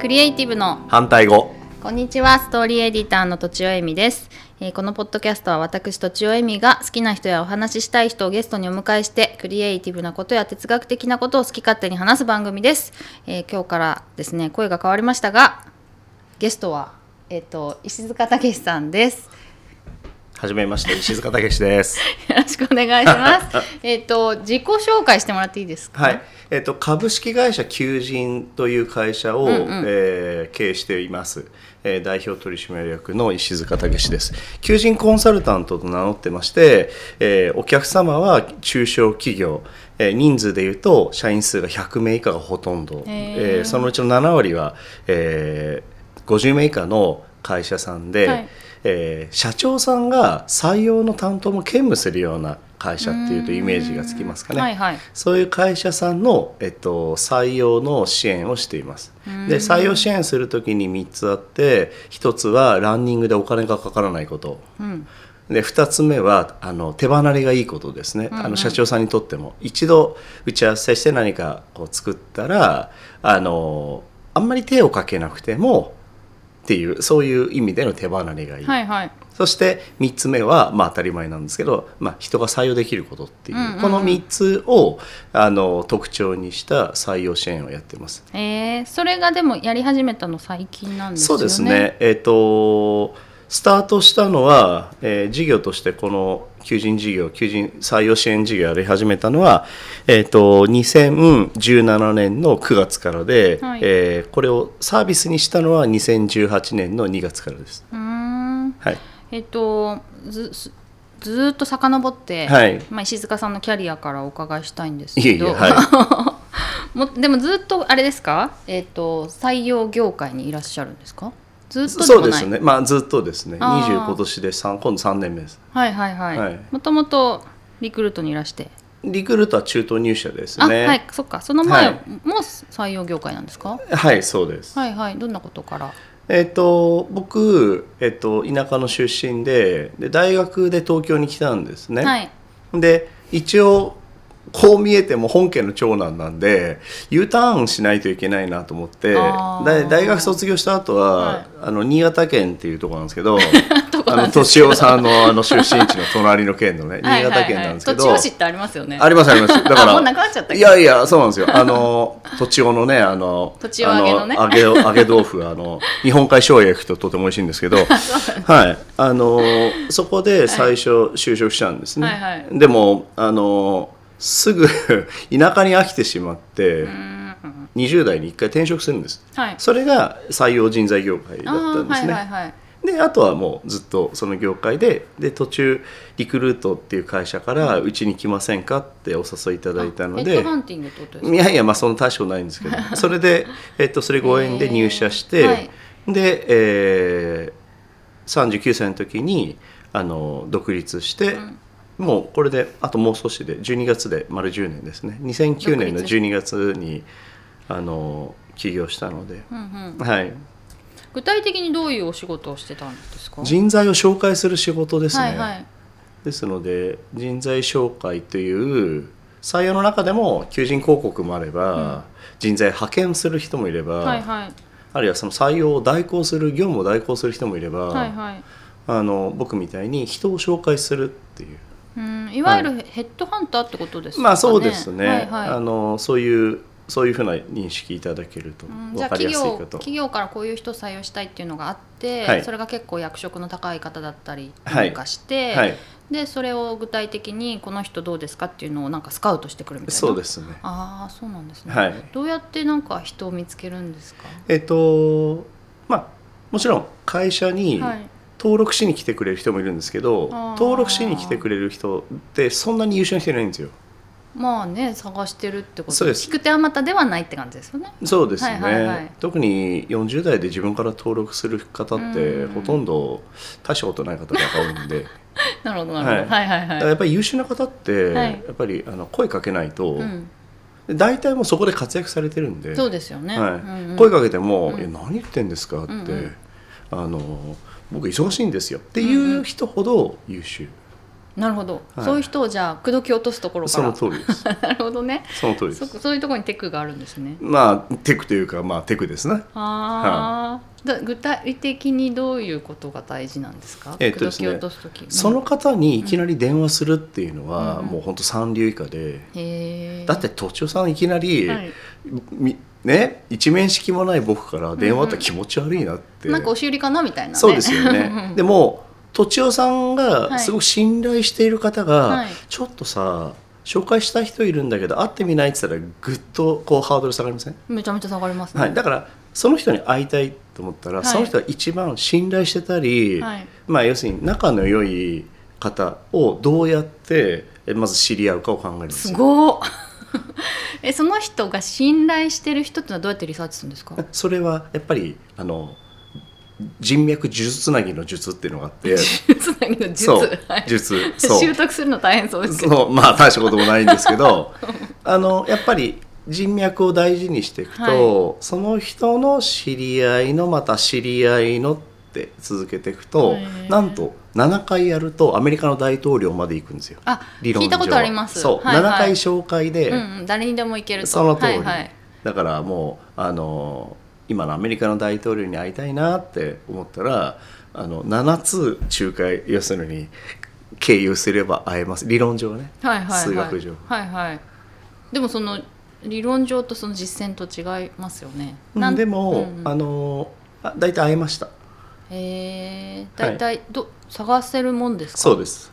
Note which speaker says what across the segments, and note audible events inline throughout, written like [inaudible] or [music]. Speaker 1: クリエイティブの
Speaker 2: 反対語
Speaker 1: こんにちはストーリーエディターのとちおえみです、えーこのポッドキャストは私とちおえみが好きな人やお話ししたい人をゲストにお迎えしてクリエイティブなことや哲学的なことを好き勝手に話す番組です、えー今日からですね声が変わりましたがゲストはえっ、と石塚武さん
Speaker 2: [laughs]
Speaker 1: です
Speaker 2: はじめまして石塚武史です。
Speaker 1: よろしくお願いします。
Speaker 2: [laughs]
Speaker 1: えっと自己紹介してもらっていいですか。
Speaker 2: はい。えっと株式会社求人という会社
Speaker 1: ん
Speaker 2: を、
Speaker 1: うん
Speaker 2: えー経営しています。えー代表取締役の石塚武史です。求人コンサルタントと名乗ってまして、えーお客様は中小企業、えー人数でいうと社員数が100名以下がほとんど、
Speaker 1: へー
Speaker 2: えーそのうちの7割は、えー50名以下の会社さんで。
Speaker 1: はい
Speaker 2: えー社長さんが採用の担当も兼務するような会社っていうとイメージがつきますかね、
Speaker 1: はいはい。
Speaker 2: そういう会社さんの、えっと、採用の支援をしています
Speaker 1: うん
Speaker 2: で採用支援する時に3つあって1つはランニングでお金がかからないこと
Speaker 1: うん。
Speaker 2: で2つ目はあの手離れがいいことですね、
Speaker 1: うんうん
Speaker 2: あの社長さんにとっても一度打ち合わせして何かを作ったらあのあんまり手をかけなくてもっていうそういう意味での手離れがいい、
Speaker 1: はいはい。
Speaker 2: そして3つ目は、まあ、当たり前なんですけど、まあ、人が採用できることっていう,、
Speaker 1: うんうんうん
Speaker 2: この3つをあの特徴にした採用支援をやってます。
Speaker 1: えー、それがでもやり始めたの最近なんです
Speaker 2: そ
Speaker 1: よね。
Speaker 2: うです。ね、えっとスタートしたのは、えー事業としてこの求人事業求人採用支援事業をやり始めたのは、えっと2017年の9月からで、
Speaker 1: はい
Speaker 2: えーこれをサービスにしたのは2018年の2月からです。
Speaker 1: うーん。
Speaker 2: はい、
Speaker 1: えっ、とずずずーっと遡って、
Speaker 2: はい
Speaker 1: まあ石塚さんのキャリアからお伺いしたいんです
Speaker 2: いえ
Speaker 1: け
Speaker 2: いえ、
Speaker 1: ど。
Speaker 2: は
Speaker 1: [laughs]
Speaker 2: い、
Speaker 1: もでもずーっとあれですか。えっ、と採用業界にいらっしゃるんですか。ずーっとで
Speaker 2: そ
Speaker 1: もな
Speaker 2: う
Speaker 1: い。
Speaker 2: ですね。まあずっとですね。
Speaker 1: あ
Speaker 2: 二
Speaker 1: ー
Speaker 2: 十今年で三今度三年目です。
Speaker 1: はいはいはい。
Speaker 2: はい
Speaker 1: もともとリクルートにいらして。
Speaker 2: リクルートは中東入社です
Speaker 1: あ、
Speaker 2: ね。
Speaker 1: はい、そっか、その前
Speaker 2: はい
Speaker 1: も採用業界なんですか。
Speaker 2: はい、そうです。
Speaker 1: はいはい、どんなことから。
Speaker 2: えっ、と僕えっ、と田舎の出身でで大学で東京に来たんですね。
Speaker 1: はい。 [laughs]
Speaker 2: で一応こう見えても本家の長男なんで U ターンしないといけないなと思って
Speaker 1: あー
Speaker 2: 大大学卒業した後は、
Speaker 1: はい
Speaker 2: あの新潟県っていうところなんですけ
Speaker 1: [laughs]
Speaker 2: ど
Speaker 1: どこ
Speaker 2: あ
Speaker 1: な
Speaker 2: の
Speaker 1: んです
Speaker 2: 敏夫さんのあの出身地の隣の県のね
Speaker 1: は
Speaker 2: 新
Speaker 1: いはい
Speaker 2: 潟県なんですけど、
Speaker 1: はいはい、栃尾市ってありますよね。
Speaker 2: ありますあります。だか
Speaker 1: あ
Speaker 2: ら。
Speaker 1: もうなくなっちゃったっけ
Speaker 2: いやいや、そうなんですよ。あの、とちおのね、あの、
Speaker 1: とちお揚げのね
Speaker 2: あ揚げ、揚げ豆腐、あの、日本海醤油焼くととても美味しいんです
Speaker 1: [laughs]
Speaker 2: けど、はい。あの、そこで最初就職したんですね。
Speaker 1: はいはい
Speaker 2: でも、あの、すぐ [laughs] 田舎に飽きてしまって
Speaker 1: う、ーん
Speaker 2: 20代に一回転職するんです。
Speaker 1: はい。
Speaker 2: それが採用人材業界だったんですね。
Speaker 1: あーはいはいはい。
Speaker 2: であとはもうずっとその業界でで途中リクルートっていう会社からうちに来ませんかってお誘いいただいたの
Speaker 1: あヘッ
Speaker 2: で
Speaker 1: ドハンティングってことですか。
Speaker 2: いやいやまあそんな大したことないんですけ
Speaker 1: [laughs]
Speaker 2: どそれで、えっと、それご縁で入社して、
Speaker 1: へーはい
Speaker 2: で、えー、39歳の時にあの独立して、もうこれであともう少しで12月で丸10年ですね2009年の12月にあの起業したので、
Speaker 1: うんうん。
Speaker 2: はい、
Speaker 1: 具体的にどういうお仕事をしてたんですか。
Speaker 2: 人材を紹介する仕事ですね。
Speaker 1: はいはい。
Speaker 2: ですので人材紹介という採用の中でも求人広告もあれば、人材派遣する人もいれば、
Speaker 1: はいはい。
Speaker 2: あるいはその採用を代行する業務を代行する人もいれば、
Speaker 1: はいはい。
Speaker 2: あの僕みたいに人を紹介するっていう、
Speaker 1: うん、いわゆるヘッドハンターってことですかね。
Speaker 2: まあそうですね、
Speaker 1: はいはい。
Speaker 2: あのそういうそういうふうな認識いただけると
Speaker 1: うんじゃ
Speaker 2: 分
Speaker 1: あ
Speaker 2: かりや
Speaker 1: 企
Speaker 2: すい
Speaker 1: 業
Speaker 2: かと。
Speaker 1: 企業からこういう人を採用したいっていうのがあって、
Speaker 2: はい
Speaker 1: それが結構役職の高い方だったり
Speaker 2: は
Speaker 1: なん
Speaker 2: い
Speaker 1: かして、
Speaker 2: はい、
Speaker 1: でそれを具体的にこの人どうですかっていうのをなんかスカウトしてくるみたいな
Speaker 2: そうですね。
Speaker 1: ああそうなんですね、
Speaker 2: はい。
Speaker 1: どうやってなんか人を見つけるんですか
Speaker 2: えっとまあもちろん会社に、
Speaker 1: はい
Speaker 2: 登録しに来てくれる人もいるんですけど
Speaker 1: あー
Speaker 2: 登録しに来てくれる人ってそんなに優秀な人いないんですよ
Speaker 1: まあね探してるってこと
Speaker 2: そうです
Speaker 1: 聞く手はまたではないって感じです
Speaker 2: [laughs]
Speaker 1: よね
Speaker 2: そうですね、
Speaker 1: はいはいはい
Speaker 2: 特に40代で自分から登録する方って
Speaker 1: うん
Speaker 2: ほとんど大したことない方が多
Speaker 1: [laughs]
Speaker 2: いんで、
Speaker 1: なるほどなるほど、はい、はいは
Speaker 2: だ
Speaker 1: い
Speaker 2: からやっぱり優秀な方って、
Speaker 1: はい
Speaker 2: やっぱりあの声かけないと、
Speaker 1: うん、
Speaker 2: 大体もうそこで活躍されてるんで
Speaker 1: そうですよね、
Speaker 2: はい
Speaker 1: うんうん
Speaker 2: 声かけても
Speaker 1: う
Speaker 2: 「
Speaker 1: ん
Speaker 2: え何言ってんですか?」って、
Speaker 1: うんうん
Speaker 2: あの「僕忙しいんですよ」っていう人ほど優秀、
Speaker 1: なるほど、
Speaker 2: はい
Speaker 1: そういう人をじゃあ口説き落とすところか
Speaker 2: そ
Speaker 1: ら
Speaker 2: の通りです
Speaker 1: [laughs] なるほどね
Speaker 2: その通りで
Speaker 1: そ
Speaker 2: す
Speaker 1: そういうところにテクがあるんですね
Speaker 2: まあテクというかまあテクですね
Speaker 1: ああ、だ具体的にどういうことが大事なんですか、
Speaker 2: えっと
Speaker 1: 口説き
Speaker 2: ですね
Speaker 1: 落とす時
Speaker 2: その方にいきなり電話するっていうのは、
Speaker 1: うん
Speaker 2: もう本当三流以下で、
Speaker 1: へえ
Speaker 2: だって都庁さんいきなり、
Speaker 1: はい
Speaker 2: みね一面識もない僕から電話あったら気持ち悪いなって、
Speaker 1: なんか押し売りかなみたいな、ね、
Speaker 2: そうですよ
Speaker 1: う
Speaker 2: ね
Speaker 1: ん
Speaker 2: でもとちおさん
Speaker 1: は
Speaker 2: が
Speaker 1: い
Speaker 2: すごく信頼している方が、
Speaker 1: はい
Speaker 2: ちょっとさ紹介した人いるんだけど会ってみないって言ったらぐっとこうハードル下がりません、
Speaker 1: めちゃめちゃ下がりますね
Speaker 2: はい、だからその人に会いたいと思ったら、
Speaker 1: はい
Speaker 2: その人は一番信頼してたり、
Speaker 1: はい
Speaker 2: まあ、要するに仲の良い方をどうやってえまず知り合うかを考えるんです
Speaker 1: す
Speaker 2: よ。
Speaker 1: ごっ [laughs] えその人が信頼してる人ってのはどうやってリサーチするんですか
Speaker 2: それはやっぱりあの人脈術つなぎの術っていうのがあ
Speaker 1: [laughs]
Speaker 2: って
Speaker 1: 術なぎの術
Speaker 2: そう
Speaker 1: はい
Speaker 2: 術
Speaker 1: [laughs]
Speaker 2: そう
Speaker 1: 習得するの大変そうですけど
Speaker 2: そうまあ大したこともないんです
Speaker 1: [laughs]
Speaker 2: けどあのやっぱり人脈を大事にしていくと、その人の知り合いのまた知り合いのって続けていくと
Speaker 1: へー
Speaker 2: なんと7回やるとアメリカの大統領まで行くんですよ
Speaker 1: あ
Speaker 2: 理論
Speaker 1: 聞いたことあります
Speaker 2: そう、
Speaker 1: はいはい
Speaker 2: 7回紹介で、
Speaker 1: うんうん、誰にでもいけると
Speaker 2: その通
Speaker 1: は
Speaker 2: り、
Speaker 1: いはい
Speaker 2: だからもうあの今のアメリカの大統領に会いたいなって思ったらあの7つ仲介要するに経由すれば会えます理論上ね
Speaker 1: はいはいはい
Speaker 2: 数学上
Speaker 1: はいはいでもその理論上とその実践と違いますよね
Speaker 2: うん
Speaker 1: なん
Speaker 2: でも、
Speaker 1: うんうん
Speaker 2: あのあ大体会えました
Speaker 1: えー、だいたいど、探せるもんですか
Speaker 2: そうです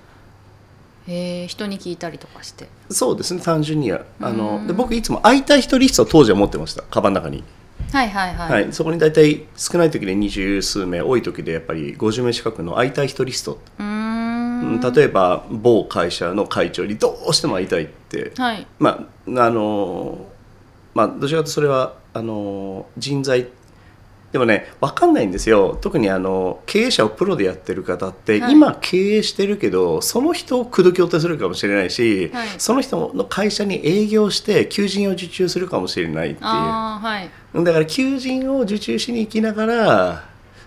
Speaker 1: えー、人に聞いたりとかして
Speaker 2: そうですね単純にはあ
Speaker 1: う
Speaker 2: の
Speaker 1: ん
Speaker 2: で僕いつも会いたい人リストを当時は持ってましたカバンの中に、
Speaker 1: はいはいはい、
Speaker 2: はい、そこに大体少ない時で二十数名多い時でやっぱり50名近くの会いたい人リスト、
Speaker 1: うーん
Speaker 2: うん例えば某会社の会長にどうしても会いたいって、
Speaker 1: はい
Speaker 2: まああのまあどちらかというとそれはあの人材でもね分かんないんですよ特にあの経営者をプロでやってる方って、
Speaker 1: はい
Speaker 2: 今経営してるけどその人を口説き落とするかもしれないし、
Speaker 1: はい
Speaker 2: その人の会社に営業して求人を受注するかもしれないっていうだ
Speaker 1: ああはい
Speaker 2: から求人を受注しに行きながら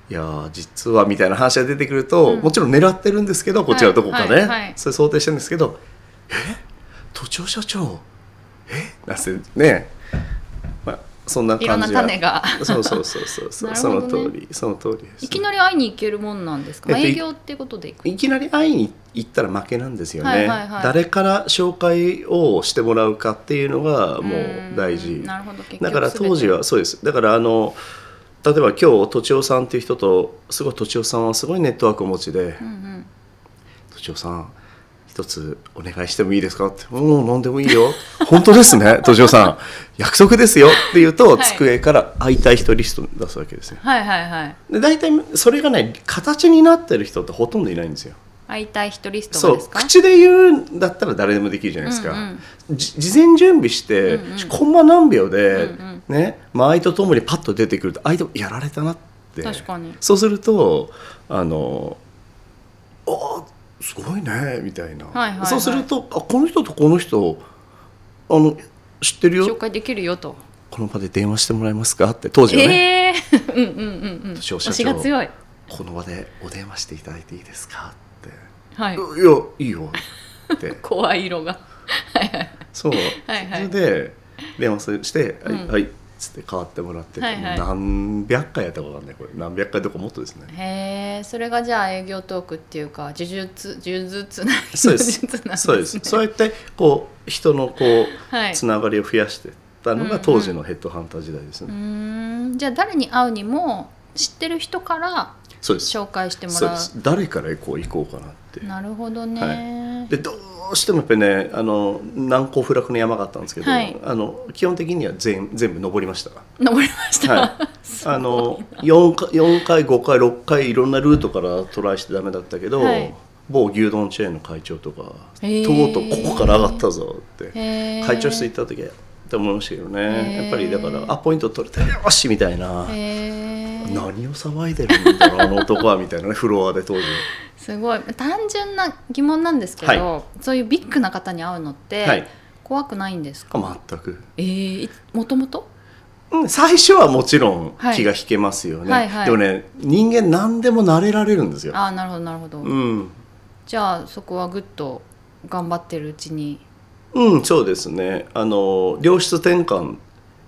Speaker 2: いやー実はみたいな話が出てくると、
Speaker 1: うん
Speaker 2: もちろん狙ってるんですけどこっちはどこかね、
Speaker 1: はいはいはい
Speaker 2: それ想定してるんですけど「え都庁社長えなんせねまあそんない
Speaker 1: ろん
Speaker 2: 感
Speaker 1: な
Speaker 2: じが
Speaker 1: 種が
Speaker 2: そうそうそうそうそう、
Speaker 1: なる
Speaker 2: そ
Speaker 1: ほ
Speaker 2: の
Speaker 1: どね
Speaker 2: 通りその通りです、
Speaker 1: [laughs] いきなり会いに行けるもんなんですか、まあ、
Speaker 2: えっと
Speaker 1: 営
Speaker 2: い
Speaker 1: 業ってことで行く
Speaker 2: いきなり会いに行ったら負けなんですよね、
Speaker 1: はいはいはい
Speaker 2: 誰から紹介をしてもらうかっていうのがもう大
Speaker 1: ー
Speaker 2: 事
Speaker 1: んなるほど結局
Speaker 2: だから当時
Speaker 1: は
Speaker 2: はそうですだからあの例えば今日とちおさんっていう人とすごいとちおさんはすごいネットワークをお持ちで
Speaker 1: うんうん
Speaker 2: 都庁さん一つお願いしてもいいですか?」って「うん何でもいいよ本当です
Speaker 1: [laughs]
Speaker 2: ね都庁さん約束ですよ」って言うと、
Speaker 1: はい
Speaker 2: 机から会いたい人リスト出すわけですよ
Speaker 1: はいはいはい
Speaker 2: で大体それがね形になってる人ってほとんどいないんですよ
Speaker 1: 会いたい人リスト
Speaker 2: そ
Speaker 1: が
Speaker 2: う
Speaker 1: ですか
Speaker 2: 口で言うんだったら誰でもできるじゃないですか、
Speaker 1: うんうん
Speaker 2: じ事前準備して、
Speaker 1: うんうん
Speaker 2: コンマ何秒で、
Speaker 1: うん
Speaker 2: ね間合いとともにパッと出てくると相手もやられたなって
Speaker 1: 確かに
Speaker 2: そうするとあの「あーすごいね」みたいな、
Speaker 1: はいはいはい
Speaker 2: そうするとあ「この人とこの人あの知ってる
Speaker 1: 紹
Speaker 2: よ
Speaker 1: 介できるよと
Speaker 2: この場で電話してもらえますか?」って当時は
Speaker 1: え
Speaker 2: ね、
Speaker 1: えー、うんうんうんうん推
Speaker 2: 年を社長
Speaker 1: しが強い
Speaker 2: この場でお電話していただいていいですか?」って
Speaker 1: は
Speaker 2: 「
Speaker 1: い
Speaker 2: いやいいよ」って
Speaker 1: 怖い色が
Speaker 2: そう、
Speaker 1: はいはい
Speaker 2: それで電話して「はい、
Speaker 1: うん
Speaker 2: はい」っつって変わってもらって、
Speaker 1: はいはい
Speaker 2: 何百回やったかわかんないこれ何百回とかもっとですね
Speaker 1: へえそれがじゃあ営業トークっていうか呪術呪術な
Speaker 2: そう
Speaker 1: [laughs]
Speaker 2: です
Speaker 1: 呪術なん
Speaker 2: そうですそうやってこう人のこう、
Speaker 1: はい
Speaker 2: つながりを増やしてったの
Speaker 1: うんうん
Speaker 2: が当時のヘッドハンター時代ですね、
Speaker 1: うーんじゃあ誰に会うにも知ってる人から
Speaker 2: そうです
Speaker 1: 紹介しても
Speaker 2: そう
Speaker 1: ら
Speaker 2: で
Speaker 1: う
Speaker 2: す誰からこう行こうかなって
Speaker 1: なるほどね、
Speaker 2: でどうしてもやっぱりねあの難攻不落の山があったんですけど、
Speaker 1: はい
Speaker 2: あの基本的には全全部登りました
Speaker 1: 登りました、
Speaker 2: はい
Speaker 1: [laughs]
Speaker 2: あの4回4回5回6回いろんなルートからトライしてダメだったけど、
Speaker 1: はい
Speaker 2: 某牛丼チェーンの会長とか、
Speaker 1: へー
Speaker 2: とうとうここから上がったぞって
Speaker 1: へー
Speaker 2: 会長室行った時はって思いましたけど
Speaker 1: へ
Speaker 2: ね
Speaker 1: ー
Speaker 2: やっぱりだからアポイント取れたよしみたいな
Speaker 1: へー
Speaker 2: 何を騒いでるんだろうあの男はみたいなねフロアで当時
Speaker 1: すごい単純な疑問なんですけど、
Speaker 2: は
Speaker 1: そういうビッグな方に会うのって、
Speaker 2: はい
Speaker 1: 怖くないんですか、
Speaker 2: 全く。
Speaker 1: えーいもともと
Speaker 2: うん最初はもちろん
Speaker 1: はい
Speaker 2: 気が引けますよね、
Speaker 1: はいはい
Speaker 2: でもね人間何でも慣れられるんですよ、
Speaker 1: ああなるほどなるほど、
Speaker 2: うん、
Speaker 1: じゃあそこはぐっと頑張ってるうちに
Speaker 2: うん、そうですね。あの良質転換、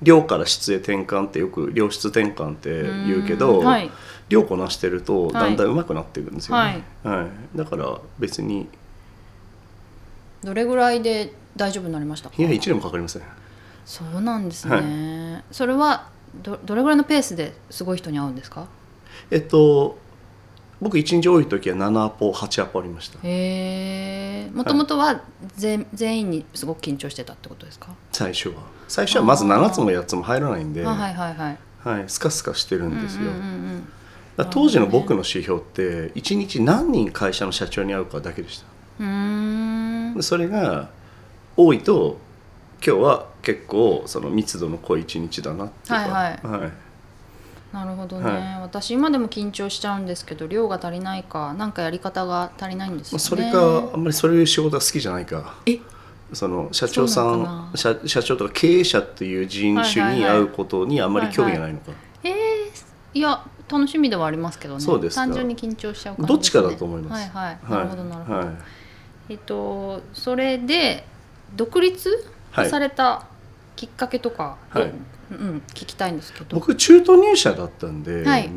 Speaker 2: 量から質へ転換ってよく良質転換って言うけど、
Speaker 1: んはい、
Speaker 2: 量こなしてるとだんだん上手くなっていくんですよね。はい。だから別に
Speaker 1: どれぐらいで大丈夫になりましたか
Speaker 2: いや一年もかかりません。
Speaker 1: そうなんですね、それはどどれぐらいのペースですごい人に会うんですか
Speaker 2: えっと僕一日多い時は7アポ8アポありました。
Speaker 1: へえもともとは全,、全員にすごく緊張してたってことですか
Speaker 2: 最初は最初はまず7つも8つも入らないんで、
Speaker 1: あはいはいはい
Speaker 2: はい、スカスカしてるんですよ。
Speaker 1: うんうんうんうん
Speaker 2: だから当時の僕の指標って一日何人会社の社長に会うかだけでした。
Speaker 1: うーん
Speaker 2: でそれが多いと今日は結構その密度の濃い一日だなっていうか
Speaker 1: はい
Speaker 2: はい、
Speaker 1: なるほどね、
Speaker 2: は
Speaker 1: 私今でも緊張しちゃうんですけど量が足りないかなんかやり方が足りないんですよ
Speaker 2: まあ
Speaker 1: ね
Speaker 2: それかあんまりそういう仕事が好きじゃないか
Speaker 1: え
Speaker 2: その社長さ
Speaker 1: そうなのか
Speaker 2: ん
Speaker 1: な
Speaker 2: 社社長とか経営者っていう人種に会うことにあんまり興味がないのか、
Speaker 1: えー、いや楽しみではありますけどね
Speaker 2: そうですか
Speaker 1: 単純に緊張しちゃうから、
Speaker 2: どっちかだと思います
Speaker 1: はいはい、なるほどなるほど、
Speaker 2: はいはい
Speaker 1: えっとそれで独立
Speaker 2: はい
Speaker 1: されたきっかけとか、
Speaker 2: はい
Speaker 1: どうん、聞きたいんですけど
Speaker 2: 僕中途入社だったんで、
Speaker 1: はい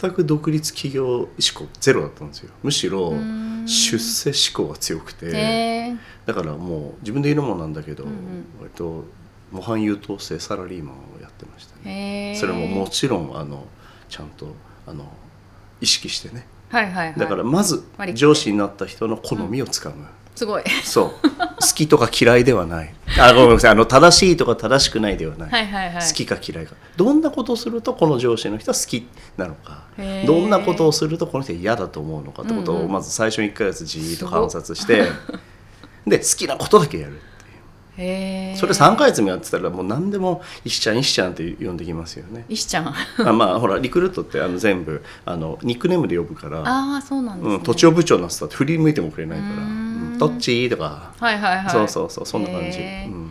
Speaker 2: 全く独立企業志向ゼロだったんですよむしろ
Speaker 1: うーん
Speaker 2: 出世志向が強くて、
Speaker 1: へー
Speaker 2: だからもう自分で言うのもなんだけど、
Speaker 1: うんうん
Speaker 2: 割と模範優等生サラリーマンをやってました
Speaker 1: へ
Speaker 2: ね、
Speaker 1: ー
Speaker 2: それももちろんあのちゃんとあの意識してね
Speaker 1: はいはいはい
Speaker 2: だからまず
Speaker 1: 割り切って
Speaker 2: 上司になった人の好みをつかむ、
Speaker 1: すごい
Speaker 2: [laughs] そう好きとか嫌いではないあごめんなさいあの正しいとか正しくないではない、
Speaker 1: はいはいはい
Speaker 2: 好きか嫌いかどんなことをするとこの上司の人は好きなのか
Speaker 1: へー
Speaker 2: どんなことをするとこの人は嫌だと思うのかってこと
Speaker 1: うん
Speaker 2: を
Speaker 1: うん
Speaker 2: まず最初1ヶ月じーっと観察してで好きなことだけやる
Speaker 1: へー。
Speaker 2: それ3ヶ月もやってたらもう何でも「石ちゃん石ちゃん」って呼んできますよね
Speaker 1: [laughs] 石ちゃんあ
Speaker 2: あまあほらリクルートってあの全部あのニックネームで呼ぶから、
Speaker 1: あーそうなんですね、
Speaker 2: うん、都庁部長になってたって振り向いてもくれないから
Speaker 1: うーん
Speaker 2: うん「どっち?」とか、
Speaker 1: はいはいはい
Speaker 2: そうそうそうそんな感じ。
Speaker 1: へー
Speaker 2: うん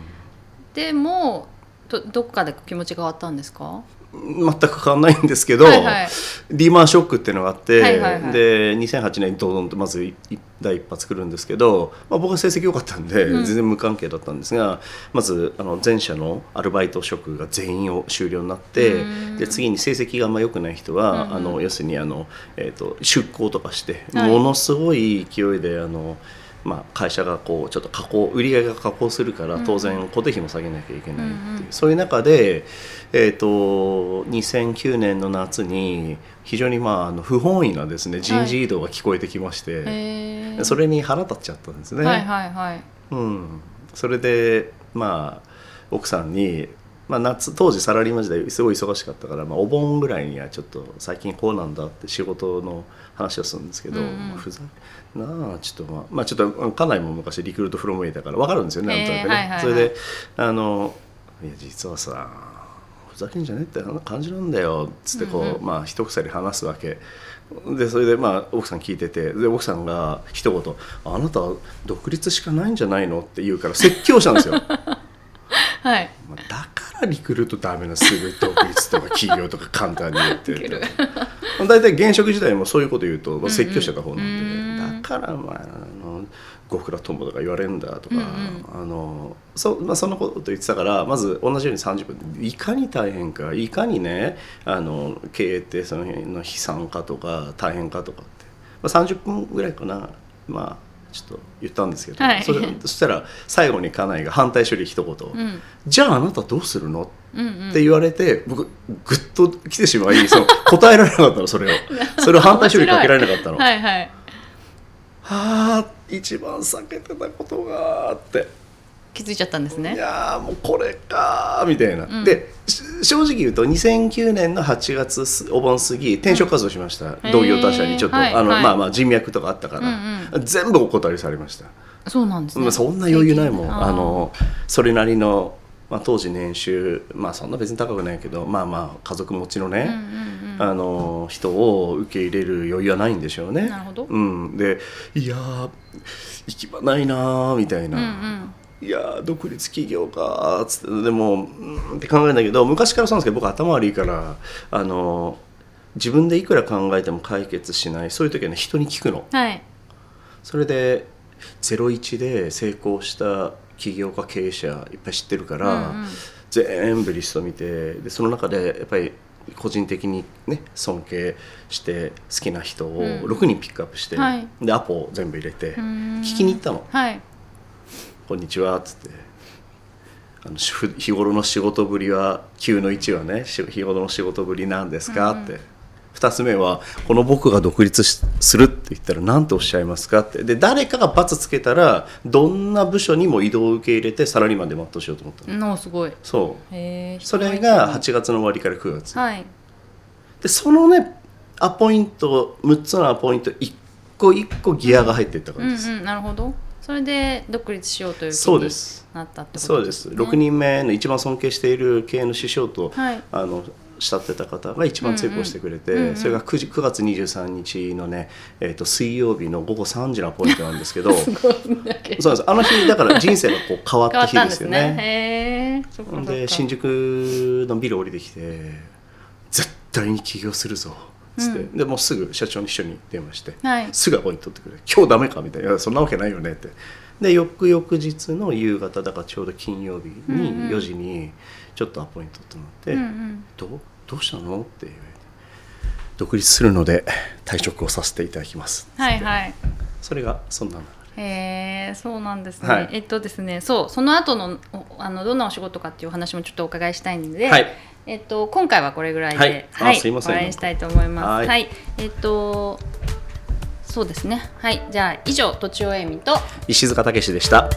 Speaker 1: でもどどっかで気持ちが変わったんですか
Speaker 2: 全く変わんないんですけど、
Speaker 1: はいはい
Speaker 2: リーマンショックっていうのがあって、
Speaker 1: はいはいはい
Speaker 2: で2008年にドドンとまずいい第一発来るんですけど、まあ、僕は成績良かったんで、
Speaker 1: うん
Speaker 2: 全然無関係だったんですがまずあの前者のアルバイト職が全員を終了になって
Speaker 1: うん
Speaker 2: で次に成績があんま良くない人は、
Speaker 1: うんうん
Speaker 2: あの要するにあの、えー、と出向とかして、
Speaker 1: はい
Speaker 2: ものすごい勢いであの。まあ、会社がこうちょっと加工売り上げが加工するから当然固定費も下げなきゃいけないってい
Speaker 1: う
Speaker 2: う、
Speaker 1: んうん
Speaker 2: そういう中で、えー、と2009年の夏に非常に、まあ、あの不本意なです、ね、人事異動が聞こえてきまして、
Speaker 1: へー
Speaker 2: それに腹立っちゃったんですね。
Speaker 1: はいはいはい
Speaker 2: うん、それで、まあ、奥さんに、まあ、夏当時サラリーマン時代すごい忙しかったから、まあ、お盆ぐらいにはちょっと最近こうなんだって仕事の話をするんですけど、
Speaker 1: うんうん
Speaker 2: まあふざけなあちょっとまあ、まあ、ちょっと家内も昔リクルートフロムウェイだから分かるんですよねなんとなくね。
Speaker 1: へえはいはいはい
Speaker 2: それであのいや実はさふざけんじゃねえってあんな感じなんだよっつってこう、
Speaker 1: うんうん
Speaker 2: まあ一鎖話すわけでそれでまあ奥さん聞いててで奥さんが一言「あなた独立しかないんじゃないの?」って言うから説教したんですよまあ
Speaker 1: はい
Speaker 2: だからリクルートダメなすぐ独立とか企業とか簡単に言って
Speaker 1: ウケ
Speaker 2: る
Speaker 1: る
Speaker 2: と大体現職時代もそういうこと言うと、まあ、説教者が方なんで、
Speaker 1: うんうん
Speaker 2: だからまああの極楽とんぼとか言われるんだとか、
Speaker 1: うん
Speaker 2: あのそまあ、そのこと言ってたからまず同じように30分でいかに大変かいかにねあの経営ってその辺の悲惨かとか大変かとかって、まあ、30分ぐらいかなまあちょっと言ったんですけど、
Speaker 1: はい
Speaker 2: それそしたら最後に家内が反対処理一言、
Speaker 1: うん
Speaker 2: じゃああなたどうするの?」
Speaker 1: うんうん
Speaker 2: って言われて、僕ぐっと来てしまいその [laughs] 答えられなかったの
Speaker 1: [laughs]
Speaker 2: それをそれを反対処理かけられなかったの。は
Speaker 1: はいはい
Speaker 2: あ一番避けてたことがって
Speaker 1: 気づいちゃったんです
Speaker 2: い
Speaker 1: ね
Speaker 2: やーもうこれかーみたいな、
Speaker 1: うん
Speaker 2: でし正直言うと2009年の8月すお盆過ぎ転職活動しました、
Speaker 1: うん
Speaker 2: 同業他社にちょっと、
Speaker 1: へーはい
Speaker 2: あの
Speaker 1: はい
Speaker 2: まあまあ人脈とかあったから、
Speaker 1: う
Speaker 2: 全部お断りされました、
Speaker 1: そうなんです
Speaker 2: ま
Speaker 1: ね
Speaker 2: あ、そんな余裕ないもん
Speaker 1: 平均
Speaker 2: あのそれなりの、まあ、当時年収まあそんな別に高くないけどまあまあ家族持ちの
Speaker 1: うんう
Speaker 2: ね、
Speaker 1: ん
Speaker 2: あの人を受け入れる余裕はないんでしょう
Speaker 1: う
Speaker 2: ね
Speaker 1: んなるほど
Speaker 2: うん、でいやー行き場ないなーみたいな、
Speaker 1: うんうん
Speaker 2: いやー独立企業かーっつってでもうんって考えるんだけど昔からそうなんですけど僕頭悪いからあの自分でいくら考えても解決しないそういう時はね人に聞くの
Speaker 1: はい
Speaker 2: それで01で成功した起業家経営者いっぱい知ってるから、
Speaker 1: うんうん
Speaker 2: 全部リスト見てでその中でやっぱり個人的にね尊敬して好きな人を
Speaker 1: うん
Speaker 2: 6人ピックアップして、
Speaker 1: はい
Speaker 2: でアポを全部入れて、
Speaker 1: 聞
Speaker 2: 聞きに行ったの
Speaker 1: はい
Speaker 2: こんにちは」っつってあのしふ「日頃の仕事ぶりは9の1はねし日頃の仕事ぶりなんですか?」って。2つ目はこの僕が独立しするって言ったら何ておっしゃいますかってで誰かが罰つけたらどんな部署にも移動を受け入れてサラリーマンで全うしようと思ったの
Speaker 1: のすごい
Speaker 2: そう
Speaker 1: へえ
Speaker 2: それが8月の終わりから9月
Speaker 1: はい
Speaker 2: でそのねアポイント6つのアポイント1個1個ギアが入っていった
Speaker 1: う
Speaker 2: 感
Speaker 1: ん
Speaker 2: じです、
Speaker 1: うんなるほどそれで独立しようという気に
Speaker 2: そうです
Speaker 1: なったってこと
Speaker 2: そうです6人目の一番尊敬している経営の師匠と、
Speaker 1: はい
Speaker 2: あの慕ってた方が一番成功してくれて、
Speaker 1: うんうんうんうん
Speaker 2: それが 9, 時9月23日のね、えー、と水曜日の午後3時のアポイントなんですけどそ
Speaker 1: [laughs]
Speaker 2: う
Speaker 1: すごいんだけど
Speaker 2: なんですあの日だから人生がこう変わ
Speaker 1: [laughs]
Speaker 2: っ
Speaker 1: 変わっ
Speaker 2: た日
Speaker 1: たん
Speaker 2: で
Speaker 1: ですす
Speaker 2: よ
Speaker 1: ね
Speaker 2: ね。
Speaker 1: へえそっかそっか
Speaker 2: で新宿のビル降りてきて絶対に起業するぞつって、
Speaker 1: うん
Speaker 2: でもうすぐ社長に一緒に電話して、
Speaker 1: はい
Speaker 2: すぐアポイント取ってくれ今日ダメかみたいないやそんなわけないよねってで翌々日の夕方だからちょうど金曜日に
Speaker 1: うんうん
Speaker 2: 4時にちょっとアポイントとなって、
Speaker 1: うんうん
Speaker 2: どうどうしたのって言われて独立するので退職をさせていただきます
Speaker 1: はいはい
Speaker 2: それがそんなの
Speaker 1: へえそうなんですね、
Speaker 2: はい
Speaker 1: えっとですねそうその後のおあのどんなお仕事かっていうお話もちょっとお伺いしたいんで、
Speaker 2: はい
Speaker 1: えっと、今回はこれぐらいで、
Speaker 2: はいあすいません
Speaker 1: お会いしたいと思います。は、
Speaker 2: はいい
Speaker 1: えっと、そうですね。はい、じゃあ、以上、とちおえみと。
Speaker 2: 石塚武でした